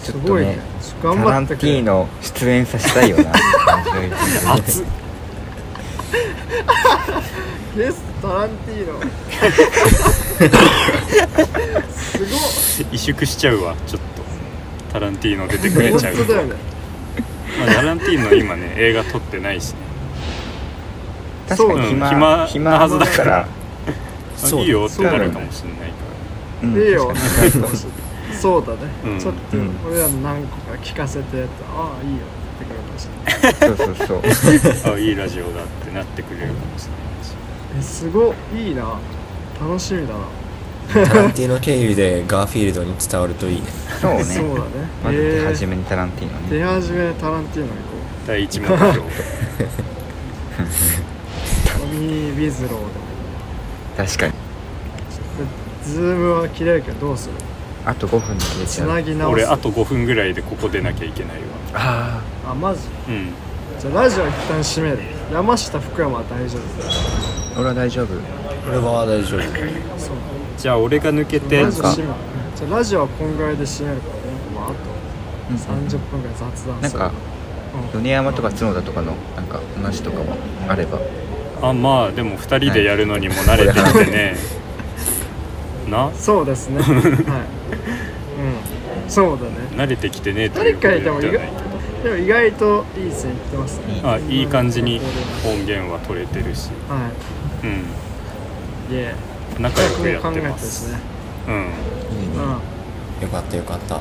[SPEAKER 4] ち
[SPEAKER 1] す
[SPEAKER 4] ょっとね
[SPEAKER 1] ごいね
[SPEAKER 4] タ
[SPEAKER 1] 頑
[SPEAKER 4] ラ
[SPEAKER 1] 張
[SPEAKER 4] ン
[SPEAKER 1] って
[SPEAKER 4] テ
[SPEAKER 1] く
[SPEAKER 4] ィー
[SPEAKER 1] れ
[SPEAKER 4] ノ出演させたいよ な
[SPEAKER 3] 熱っ
[SPEAKER 1] ゲストタランテ ィーノすごい
[SPEAKER 3] 萎縮しちゃうわちょっとタランティーノ出てくれ
[SPEAKER 1] 本
[SPEAKER 3] ちゃう
[SPEAKER 1] 当だよね
[SPEAKER 3] まあ、タランティーノ今ね映画撮ってないしね
[SPEAKER 4] 確
[SPEAKER 1] そう
[SPEAKER 4] かに暇
[SPEAKER 3] うん暇なはずだから
[SPEAKER 4] だ
[SPEAKER 3] あ
[SPEAKER 2] そうだ
[SPEAKER 3] いいよってな
[SPEAKER 1] そうだ
[SPEAKER 3] る
[SPEAKER 4] ね
[SPEAKER 3] かもしれないか
[SPEAKER 4] うん
[SPEAKER 1] いいよ
[SPEAKER 4] 確かに
[SPEAKER 1] そうだね、
[SPEAKER 3] うん
[SPEAKER 1] ちょっと
[SPEAKER 4] うん
[SPEAKER 1] 俺らの何個か聞かせてってああいいよってくれました
[SPEAKER 4] そうそうそう
[SPEAKER 3] らあいいラジオだってなってくれるかもしれないし
[SPEAKER 1] えすごいいいな楽しみだな
[SPEAKER 2] タランティーノ経由でガーフィールドに伝わるといいね
[SPEAKER 4] そうね
[SPEAKER 1] そうだね
[SPEAKER 4] まず出始
[SPEAKER 1] え
[SPEAKER 4] めにタランティーノ
[SPEAKER 1] ー
[SPEAKER 4] ね
[SPEAKER 1] 出始めタランティーノ行こ
[SPEAKER 3] 第一目標
[SPEAKER 1] うトミー・ビズローでも
[SPEAKER 4] 確かに
[SPEAKER 1] でズームは切れるけどどうする
[SPEAKER 4] あと5分で消え
[SPEAKER 1] つ
[SPEAKER 4] ちゃ
[SPEAKER 1] な
[SPEAKER 4] う
[SPEAKER 1] ぎ直す
[SPEAKER 3] 俺あと5分ぐらいでここ出なきゃいけないわ
[SPEAKER 4] あ
[SPEAKER 1] あマジ
[SPEAKER 3] うん
[SPEAKER 1] じゃあラジオ一旦閉める山下福山は大丈夫
[SPEAKER 4] あ俺は大丈夫
[SPEAKER 2] これは大
[SPEAKER 1] そ
[SPEAKER 2] 丈夫
[SPEAKER 1] う
[SPEAKER 3] じゃあ俺が抜けて
[SPEAKER 1] ラジオ閉めるじゃあラジオはこんぐらいで閉めるからねまああ
[SPEAKER 4] うん
[SPEAKER 1] と30分ぐらい雑談する
[SPEAKER 4] なんか
[SPEAKER 1] うん
[SPEAKER 4] 米山とか角田とかのなんか話とかもあれば
[SPEAKER 3] あまあでも2人でやるのにも慣れてきてねな
[SPEAKER 1] そうですねはい、うん、そうだね
[SPEAKER 3] 慣れてきてねえとい
[SPEAKER 1] 誰
[SPEAKER 3] うこと
[SPEAKER 1] か
[SPEAKER 3] で
[SPEAKER 1] いても意外
[SPEAKER 3] はない
[SPEAKER 1] でも意外といい線いってますね
[SPEAKER 3] あいい感じに音源は取れてるし
[SPEAKER 1] は
[SPEAKER 3] う
[SPEAKER 1] いで
[SPEAKER 3] ん仲良くや
[SPEAKER 1] 考
[SPEAKER 3] っ
[SPEAKER 1] え
[SPEAKER 3] て
[SPEAKER 1] てで
[SPEAKER 3] ますす
[SPEAKER 1] ね
[SPEAKER 3] うん
[SPEAKER 4] いいね
[SPEAKER 1] うん
[SPEAKER 2] よかったよかった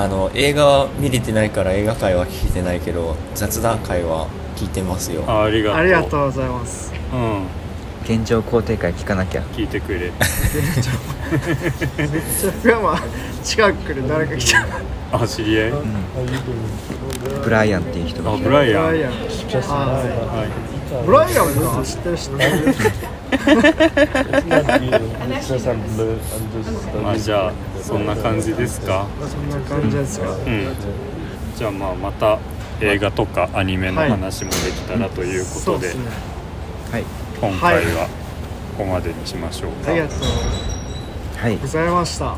[SPEAKER 2] あの映画は見れてないから映画界は聞いてないけど雑談会は聞いてますよ
[SPEAKER 3] あありがとう
[SPEAKER 1] ありがとうございます
[SPEAKER 3] うん
[SPEAKER 4] 現状肯定会聞かなきゃ
[SPEAKER 3] 聞いてくれ
[SPEAKER 1] じゃあ福山近くで誰か来ちゃう
[SPEAKER 3] あ知り合い
[SPEAKER 4] ブライアンっていう人が
[SPEAKER 3] あブライ
[SPEAKER 1] ブ
[SPEAKER 3] ア
[SPEAKER 1] ライ
[SPEAKER 3] ン
[SPEAKER 1] アンあ
[SPEAKER 3] はい
[SPEAKER 1] ーブライアンか知ってる知ってる
[SPEAKER 3] まあじゃあそんな感じですか
[SPEAKER 1] そんな感じですか
[SPEAKER 3] うんじゃあまあまた映画とかアニメの話もできたらというこ
[SPEAKER 1] そう
[SPEAKER 3] と
[SPEAKER 1] で
[SPEAKER 3] で、
[SPEAKER 1] すね
[SPEAKER 4] はい
[SPEAKER 3] 今回はここまでにしましょうか、
[SPEAKER 1] ありがとう
[SPEAKER 4] はい
[SPEAKER 1] ございました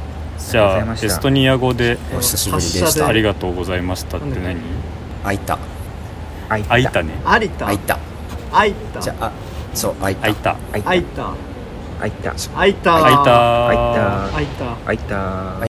[SPEAKER 3] じ
[SPEAKER 4] ありがとうござい
[SPEAKER 3] ゃあ
[SPEAKER 4] ました
[SPEAKER 3] エストニア語で
[SPEAKER 2] お久しぶり
[SPEAKER 1] 発
[SPEAKER 2] でし
[SPEAKER 1] 車
[SPEAKER 2] た
[SPEAKER 1] で
[SPEAKER 3] 「ありがとうございました」って何
[SPEAKER 2] あいた
[SPEAKER 4] あいた
[SPEAKER 3] あいたね
[SPEAKER 1] 有田
[SPEAKER 2] あいた
[SPEAKER 1] 有田
[SPEAKER 2] じゃああそうあい
[SPEAKER 3] あ
[SPEAKER 2] た
[SPEAKER 3] いた
[SPEAKER 4] あいた
[SPEAKER 1] 有田
[SPEAKER 4] あいた
[SPEAKER 1] 有田
[SPEAKER 3] あいた
[SPEAKER 4] あいた
[SPEAKER 1] 有田
[SPEAKER 4] あいた
[SPEAKER 2] あ